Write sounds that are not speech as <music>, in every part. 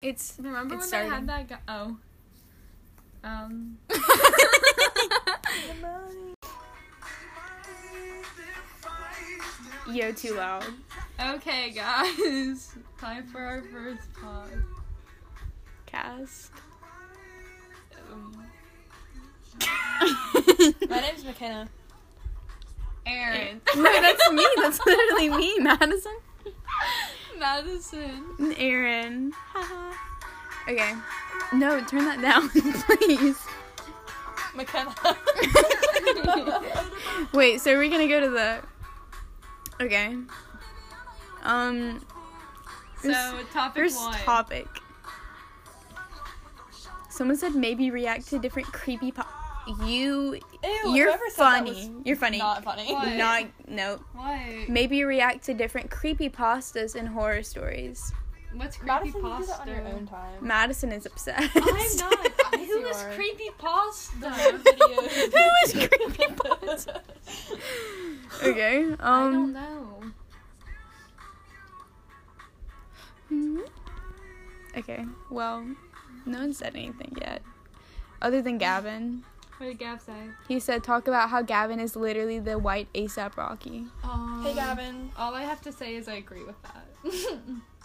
It's Remember It when started. they had that guy? Oh. <laughs> Um. yo too loud. okay, guys. Time for our first pod. <laughs> Cast. Um, My name's McKenna. Aaron. No, that's me. That's literally me, Madison. <laughs> Madison. And Aaron. Haha. okay. No, turn that down, <laughs> please. <laughs> McKenna. Wait, so we're gonna go to the. Okay. Um. So, topic First one. topic. Someone said maybe react to different creepy po- you Ew, you're whoever said that was funny. You're funny. Not funny. What? Not no. What? Maybe react to different creepy pastas and horror stories. What's creepy Madison, you do that on your own pasta? time. Madison is obsessed. I'm not. <laughs> <laughs> Yes, Who you is are. creepy pasta? Who Videos. is creepy? Okay. Um. I don't know. Mhm. Okay. Well, no one said anything yet, other than Gavin. What did Gab say? He said talk about how Gavin is literally the white ASAP Rocky. Um, hey, Gavin. All I have to say is I agree with that.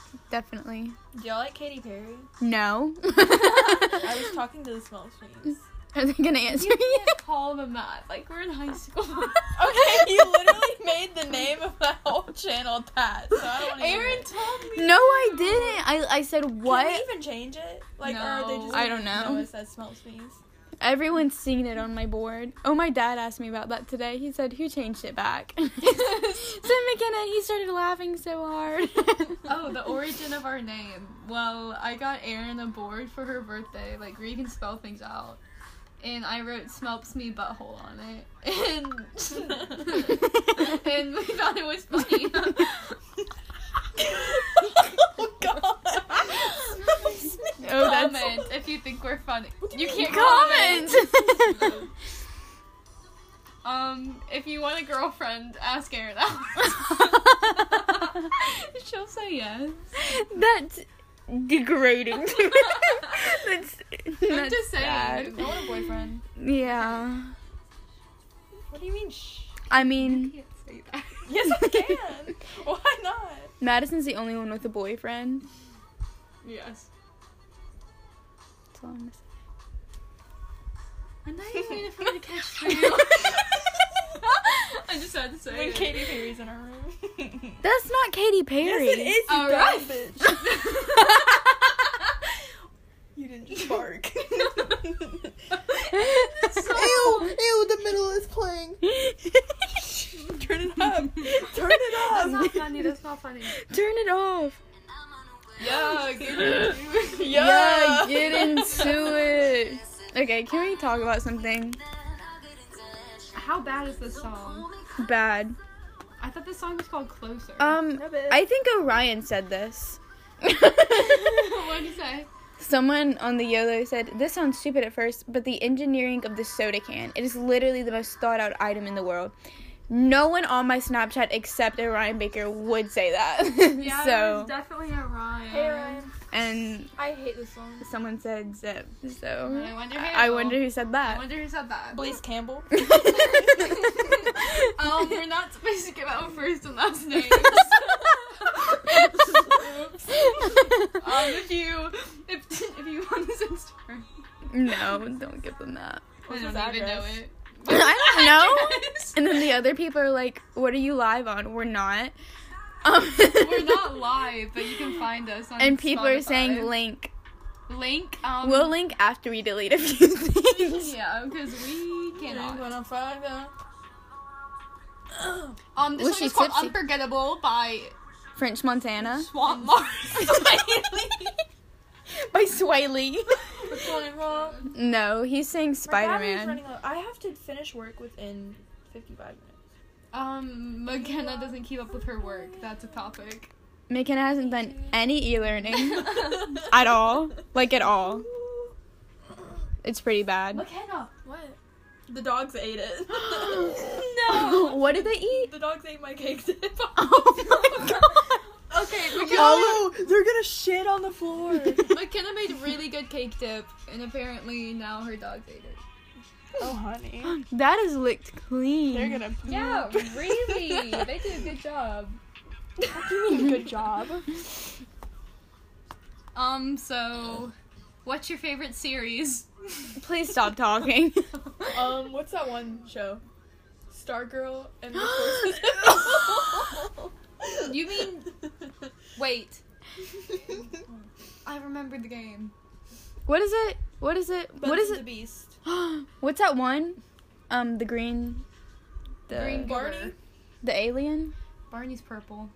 <laughs> Definitely. Do y'all like Katy Perry? No. <laughs> I was talking to the small tweens. Are they gonna answer you? can't call them that. Like we're in high school. <laughs> <laughs> Okay, you literally made the name of my whole channel that, so I don't want to. Aaron told me. No, I didn't. I I said What? what? Can we even change it? Like, or are they No. just? I don't know. No, it says small tweens. Everyone's seen it on my board. Oh, my dad asked me about that today. He said, "Who changed it <laughs> back?" so McKenna, he started laughing so hard. Oh, the origin of our name. Well, I got Erin a board for her birthday, like where you can spell things out. And I wrote Smelps Me Butthole on it. And <laughs> and <laughs> we thought it was funny. <laughs> oh God. <laughs> Oh, that's- Comment <laughs> if you think we're funny. You can't comment. Comment. Um, if you want a girlfriend, ask Erin <laughs> out. She'll say yes. <laughs> That's degrading. <laughs> that's I'm that's just saying. bad. I want a <laughs> boyfriend. Yeah. What do you mean? Shh. I mean, Can't say that. Yes, I can. Why not? <laughs> Madison's the only one with a boyfriend. Yes. That's all I'm gonna say. I'm not even if <laughs> I'm to catch you. I just had to say when it. Katy Perry's in our room. That's not Katy Perry. Yes, it is. You All dumb right. bitch. You didn't just bark. <laughs> the middle is playing. Turn it up. Turn That's it not funny. That's not funny. Turn it off. <laughs> Yeah, give me- Yeah, get into it. Okay, can we talk about something <laughs> How bad is this song? bad? I thought this song was called Closer. <laughs> Um, No, bitch. I think Orion said this. what did you say? Someone on the YOLO said, This sounds stupid at first, but the engineering of the soda can, it is literally the most thought out item in the world. No one on my Snapchat except Orion Baker would say that. <laughs> Yeah, it so, was definitely a Ryan. <laughs> Hey Ryan, and I hate this song. someone said Zip. So, I wonder who. I wonder who said I that. wonder who said that. Blaze Campbell. Um, we're not supposed to give out first and last names. <laughs> <laughs> um, if you if <laughs> if you want this Instagram, no, don't give them that. <laughs> I What's his don't even know address? it. I don't <laughs> know. Yes. And then the other people are like, What are you live on? We're not. Um, We're not live, but you can find us on. <laughs> And people are Spotify. saying link. link. Um, We'll link after we delete a few things. <laughs> Yeah, because we I'm cannot. gonna find <coughs> out. Um, this Was song she is called tipsy? "Unforgettable" by French Montana <laughs> Swamp Mars. <laughs> by Sway Lee. What's going wrong? no, he's saying My Spider battery's Man. running low. I have to finish work within 55 minutes. um, McKenna doesn't keep up with her work. That's a topic. McKenna hasn't done any e <laughs> learning <laughs> at all. Like, at all. It's pretty bad. McKenna. What? The dogs ate <gasps> it. <laughs> Oh, what did they eat? <laughs> <laughs> The dogs ate my cake dip. Oh my god. Okay, but Kenna, Oh, they're gonna shit on the floor. but Kenna made really good cake dip, and apparently now her dog ate it. oh, <laughs> honey. That is licked clean. They're gonna poop. Yeah, really. they did a good job. <laughs> Good job. Um, so what's your <laughs> favorite series? <laughs> Please stop talking. Um, what's that one show? Stargirl and the <gasps> Force. You mean- Wait, I remembered the game. what is it? What is it? what is The it? <gasps> Beast. What's that one? Um, the green. The Green Bar- Barney. the alien. Barney's purple.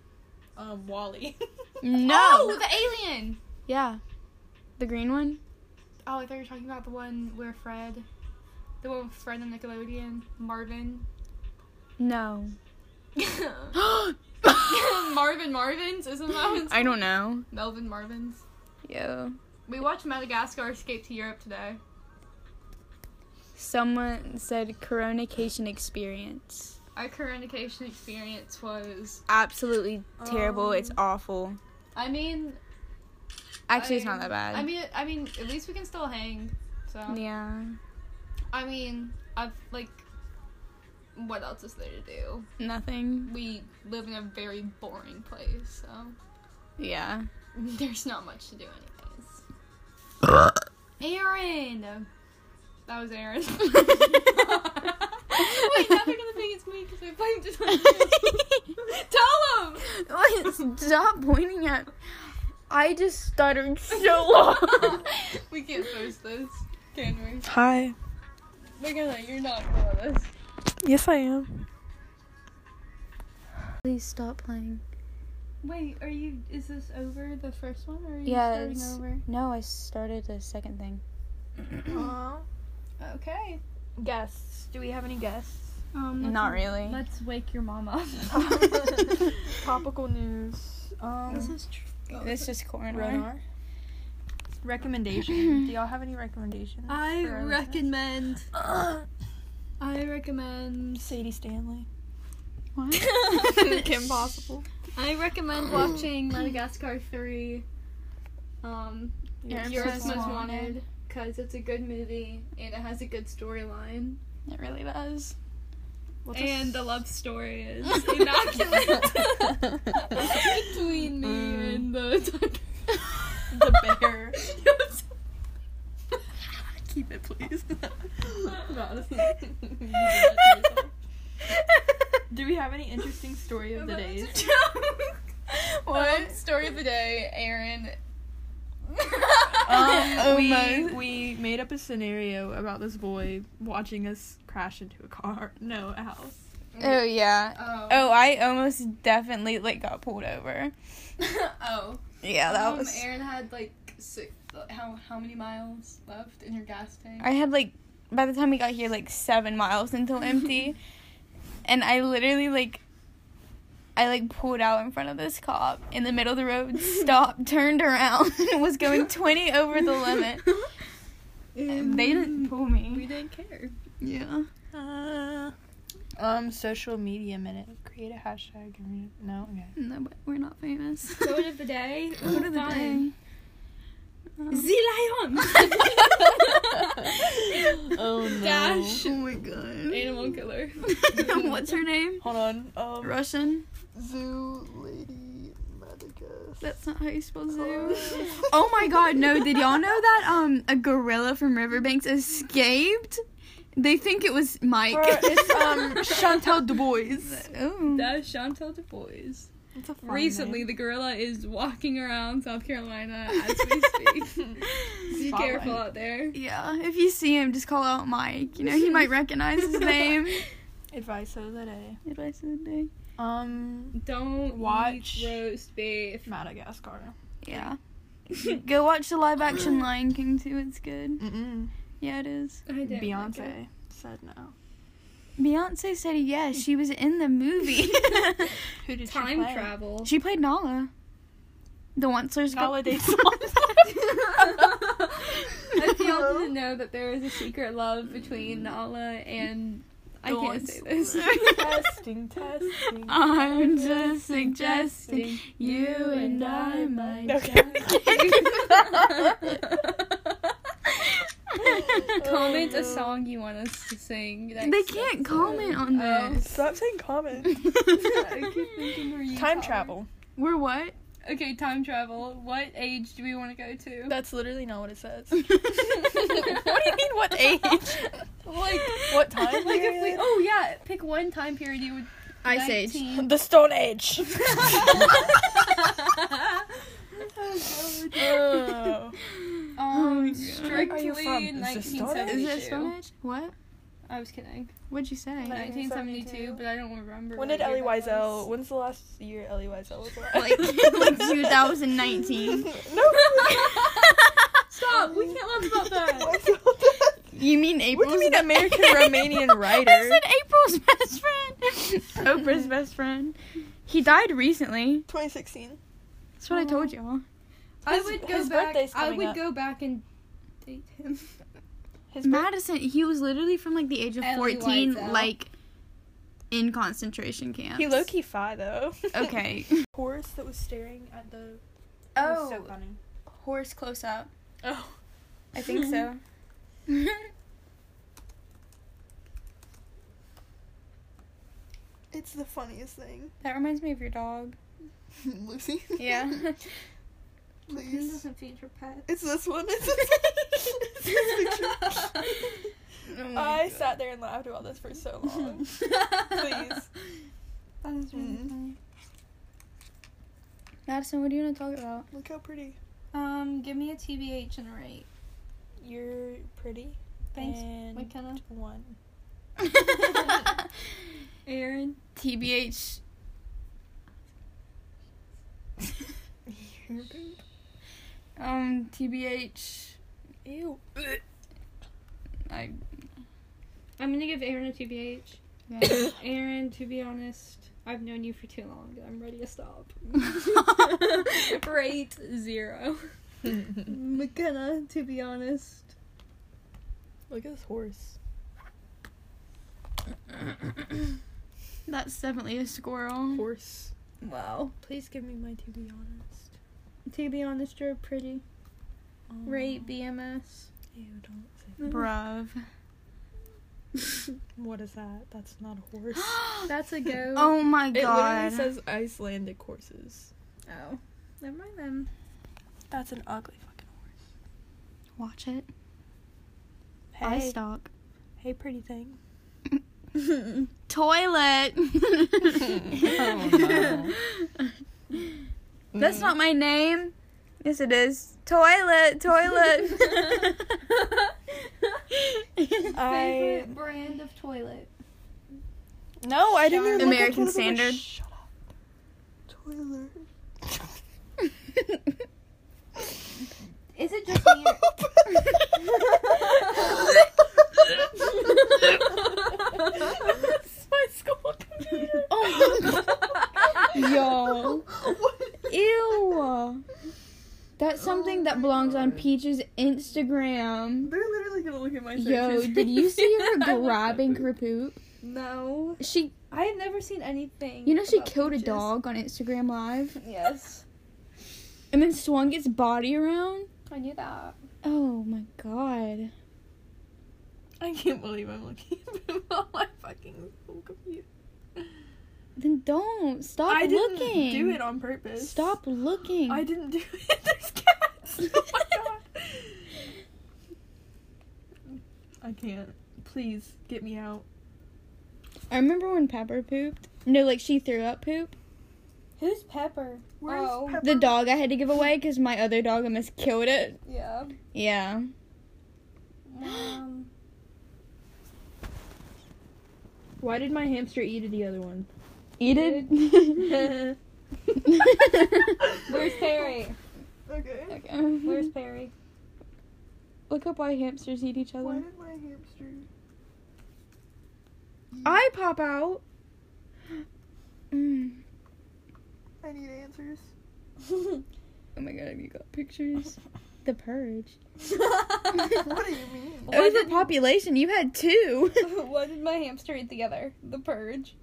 Um, Wally. No. Oh, the alien! yeah. The green one. Oh, I thought you were talking about the one where Fred, the one with Fred and Nickelodeon, Marvin. <gasps> No. <laughs> <laughs> Marvin Marvin's? Isn't that <laughs> one's I don't know. Melvin Marvin's? Yo. We watched Madagascar escape to Europe today. Someone said coronation experience. Our coronation experience was. Absolutely terrible. Um, it's awful. I mean. Actually, it's I- not that bad. I mean, I mean, at least we can still hang. So. yeah. I mean, I've like. What else is there to do? Nothing. We live in a very boring place, so <laughs> Yeah. there's not much to do, anyways. Aaron, that was <laughs> Aaron. <laughs> Wait, now <laughs> they're gonna think it's me because I blamed it on you. <laughs> Tell them. Stop pointing at. I just stuttered so long. we can't post this, can we? Hi. We're gonna, you're not gonna this. Yes, I am. Please stop playing. Wait, are you? Is this over the first one, or are you Yes. starting No, I started the second thing. over? Okay. Uh-huh. guests. Do we have any guests? Um, let's- Not really. Let's wake your mom up. Topical news. <laughs> this Um, is true. It's just corn. Ronar. Recommendation. Do y'all have any recommendations? I for our recommend. listeners? I recommend. Sadie Stanley. What? <laughs> Kim Possible. I recommend watching Madagascar three. Um, Yeah, I'm Europe's so Most sorry. Wanted, because it's a good movie and it has a good storyline. It really does. What's a And the love story <laughs> is immaculate. Between me Um. and the <laughs> <laughs> The bear. Yes. <laughs> Keep it, <laughs> please. <laughs> <laughs> Do we have any interesting story of the days? <laughs> What story of the day, <laughs> Aaron? <laughs> Um, we, Almost. we made up a scenario about this boy watching us crash into a car. <laughs> No, a house. Oh yeah. Oh. <laughs> Oh, I almost definitely like got pulled over. oh. Yeah, that Um, was. Aaron had like six. How how many miles left in your gas tank? I had like by the time we got here like seven miles until <laughs> empty, and I literally like. I like pulled out in front of this cop in the middle of the <laughs> road, stopped, turned around, <laughs> and was going 20 over the limit. <laughs> And they didn't pull We me. didn't care. Yeah. Uh, um, social media minute. Create a hashtag. and read- No, okay. No, but we're not famous. Story of the day. What are the day? <laughs> Oh no. Dash. Oh my god. Animal killer. <laughs> What's her name? Hold on. Um, Russian. Zoo lady Madagascar. That's not how you spell zoo. Oh my god, no, did y'all know that um a gorilla from Riverbanks escaped? They think it was Mike. <laughs> <laughs> it's um Chantel Dubois. Ooh. Dash Chantel Du Bois. It's a fun Recently, name. the gorilla is walking around South <laughs> Carolina as we speak. Be Spotlight. careful out there. yeah, if you see him, just call out Mike. You know, he might recognize his name. advice of the day. Advice of the day. eh? Um, Don't Watch. eat roast beef. Madagascar. Yeah. Go watch the live action Lion King too, it's good. Mm-mm. Yeah, it is. I didn't like it. Beyonce said no. Beyonce said yes, she was in the movie. Who did Time travel. she played Nala. The Onceler's girl. <laughs> Nala dates <laughs> if y'all didn't know that there was a secret love between Nala and I can't say this. <laughs> testing, <laughs> testing. I'm just suggesting you and I might. Okay. Comment a song you want us to <laughs> sing. They <laughs> can't comment <laughs> <laughs> on this. Stop saying comment. Time travel. <laughs> We're what? Okay, time travel. What age do we want to go to? That's literally not what it says. what what do you mean, what age? <laughs> Like, What time like if we? period? Oh yeah, pick one time period you would. <laughs> Ice Age. 19. The Stone Age. <laughs> <laughs> um, Are strictly you from? Is this Stone Age? Is it 1972. Stone Age? What? I was kidding. What'd you say? Like- 1972, but I don't remember. what when did year that LEYZL? was. When's the last year LEYZL was <laughs> like, like 2019. <laughs> no. Stop! We can't laugh about <laughs> that. You mean what April's do you mean, be- <laughs> American Romanian I writer? said April's best friend. Oprah's best friend. He died recently. 2016. That's what I told y'all. I His- would go his back. birthday's I coming would up. go back and date him. His birth- Madison, he was literally from like the age of Ellie 14, Wiesel. like in concentration camps. He low key fi though. Okay. <laughs> <laughs> Oh. Horse that was staring at the. funny. horse close up. Oh. I think <laughs> so. It's the <laughs> funniest thing. that reminds me of your dog. Lucy. Yeah. <laughs> He doesn't feed your pet. It's this one. <laughs> It's Oh Mm. I sat there and laughed about this for so long. Please. That is really Mhm. funny. Madison, what do you want to talk <laughs> about? Look how pretty. Um, give me a TBH and a rate. You're pretty. Thanks, And McKenna. one. Aaron. TBH. Um, TBH. Ew. I. I'm gonna give Aaron a TBH. <laughs> Aaron, to be honest, I've known you for too long. I'm ready to stop. Rate zero. Mm-hmm. McKenna, to be honest. Look at this horse. That's definitely a squirrel. Horse. Wow. Please give me my to be honest. To be honest, you're pretty. Um, Rate BMS. Ew, don't say. Bruv. What is that? That's not a horse. That's <laughs> a go. Oh my it literally god. says Icelandic horses. Oh. Never mind then. That's an ugly fucking horse. Watch it. Hey, I stalk. hey, pretty thing. <laughs> <laughs> Toilet. That's not my name. Yes, it is. Toilet. Toilet. I Favorite brand of toilet. no, <laughs> I didn't. Even look up American what it was. Standard. Shut up. Toilet. Is <laughs> it just <laughs> me? or- That's my school <laughs> computer. Yo. Ew. That's something that belongs on Peach's Instagram. They're literally gonna look at my Yo, search did you see her <laughs> grabbing her poop? No. She, I have never seen anything. you know, she about killed a peaches. dog on Instagram Live Yes. and then swung its body around. I knew that. Oh my god. I can't believe I'm looking <laughs> at my fucking school computer. Then don't stop I didn't looking. do it on purpose. Stop looking. I didn't do it. <laughs> <laughs> There's cats. Oh my god. I can't. Please get me out. I remember when Pepper pooped. No, like she threw up poop. Who's Pepper? Where's Oh. Pepper? The dog I had to give away because my other dog almost killed it. Yeah. Yeah. Um, Why did my hamster eat the other one? Eat <laughs> it. where's Perry? Okay. okay. Where's Perry? <laughs> Look up why hamsters eat each Why other. did my hamster? I pop out. Mm. I need answers. Oh my god, you got pictures. The Purge. What do you mean? Overpopulation. You had two. what did my hamster eat together? The purge.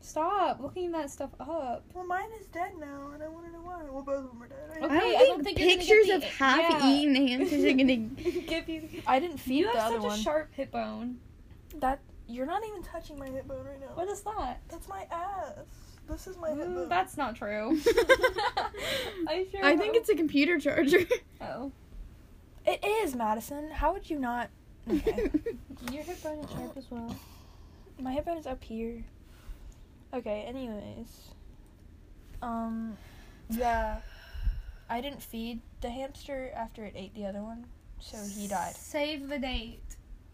Stop looking that stuff up. Well, mine is dead now, and I want to know why. Well, both of them are dead. Okay. I don't I think, don't think you're pictures gonna get the- of half yeah. eaten hamsters are gonna. <laughs> Give you. I didn't feed You the have other such a one. sharp hip bone. that you're not even touching my hip bone right now. What is that? That's my ass. This is my hip Mm, bone. that's not <laughs> true. I sure. I think it's a computer charger. Oh, It is Madison. How would you not? <laughs> Okay. your hip bone is sharp as well. my hip bone is up here. Okay. Anyways. Um. Yeah. I didn't feed the hamster after it ate the other one, so he died. Save the date.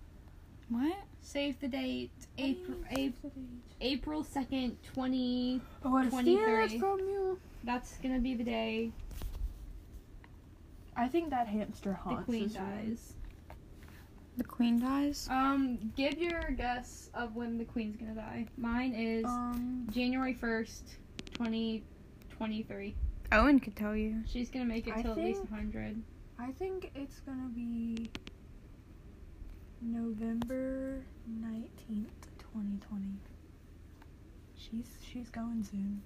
<laughs> what? Save the date. April. April. April second, twenty. Oh, I steal that from you. That's gonna be the day I think that hamster the haunts queen this room. dies. The queen dies. Um, give your guess of when the queen's gonna die. Mine is Um. January first, twenty twenty-three. Owen could tell you. She's gonna make it I till at least think- hundred. I think it's gonna be November nineteenth, twenty twenty. She's she's going soon.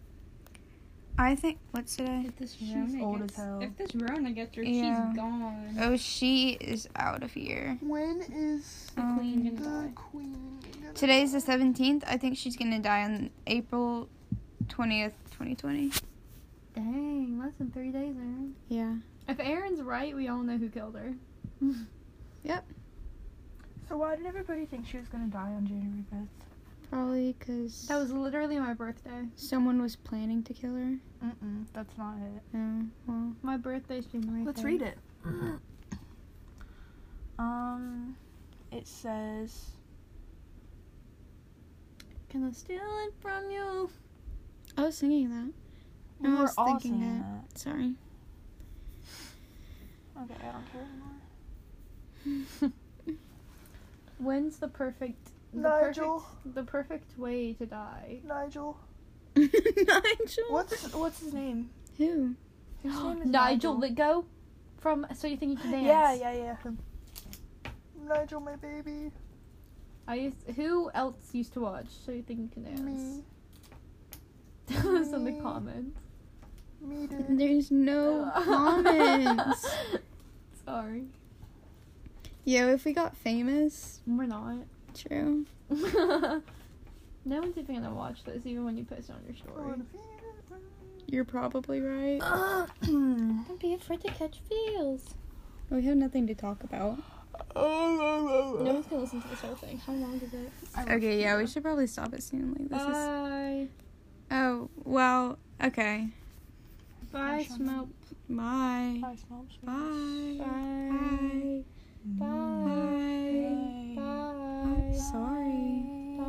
I think. What's today? If this She's Rona old as gets, hell. If this Rona gets her, Yeah. she's gone. Oh, she is out of here. When is The queen Um, gonna die. queen? Today's the seventeenth. I think she's gonna die on April twentieth, twenty twenty. Dang, less than three days, Aaron. Yeah. If Aaron's right, we all know who killed her. So why did everybody think she was gonna die on January fifth? Probably because That was literally my birthday. someone was planning to kill her. Mm-mm, that's not it. Oh, well. My birthday's January. it. <clears throat> um, it says Can I steal it from you? I was singing that. I we're was all thinking saying that. Sorry. <laughs> that. Okay, I don't care anymore. When's the perfect the Nigel. perfect the perfect way to die? Nigel. Nigel. What's what's his name? Who? His name is <gasps> Nigel Litgo from So You Think You Can <gasps> Dance. Yeah, yeah, yeah. Nigel, my baby. I used who else used to watch So You Think You Can Dance? Me. Tell <laughs> us in the Me. comments. Me, dude. There's <laughs> Oh, no comments. <laughs> Sorry. Yo, if we got famous, We're not. <laughs> true. no one's even gonna watch this even when you post it on your I story. wanna You're probably <gasps> right. feel- Don't be afraid to catch feels. We have nothing to talk about. No one's gonna listen to this whole thing. How long is it? Okay, yeah, we should probably stop it soon. Like this is. Bye. Oh well. Okay. Bye, Smoke. Bye. I smell sweet. Bye. Bye. Bye. Bye. Oh, Sorry.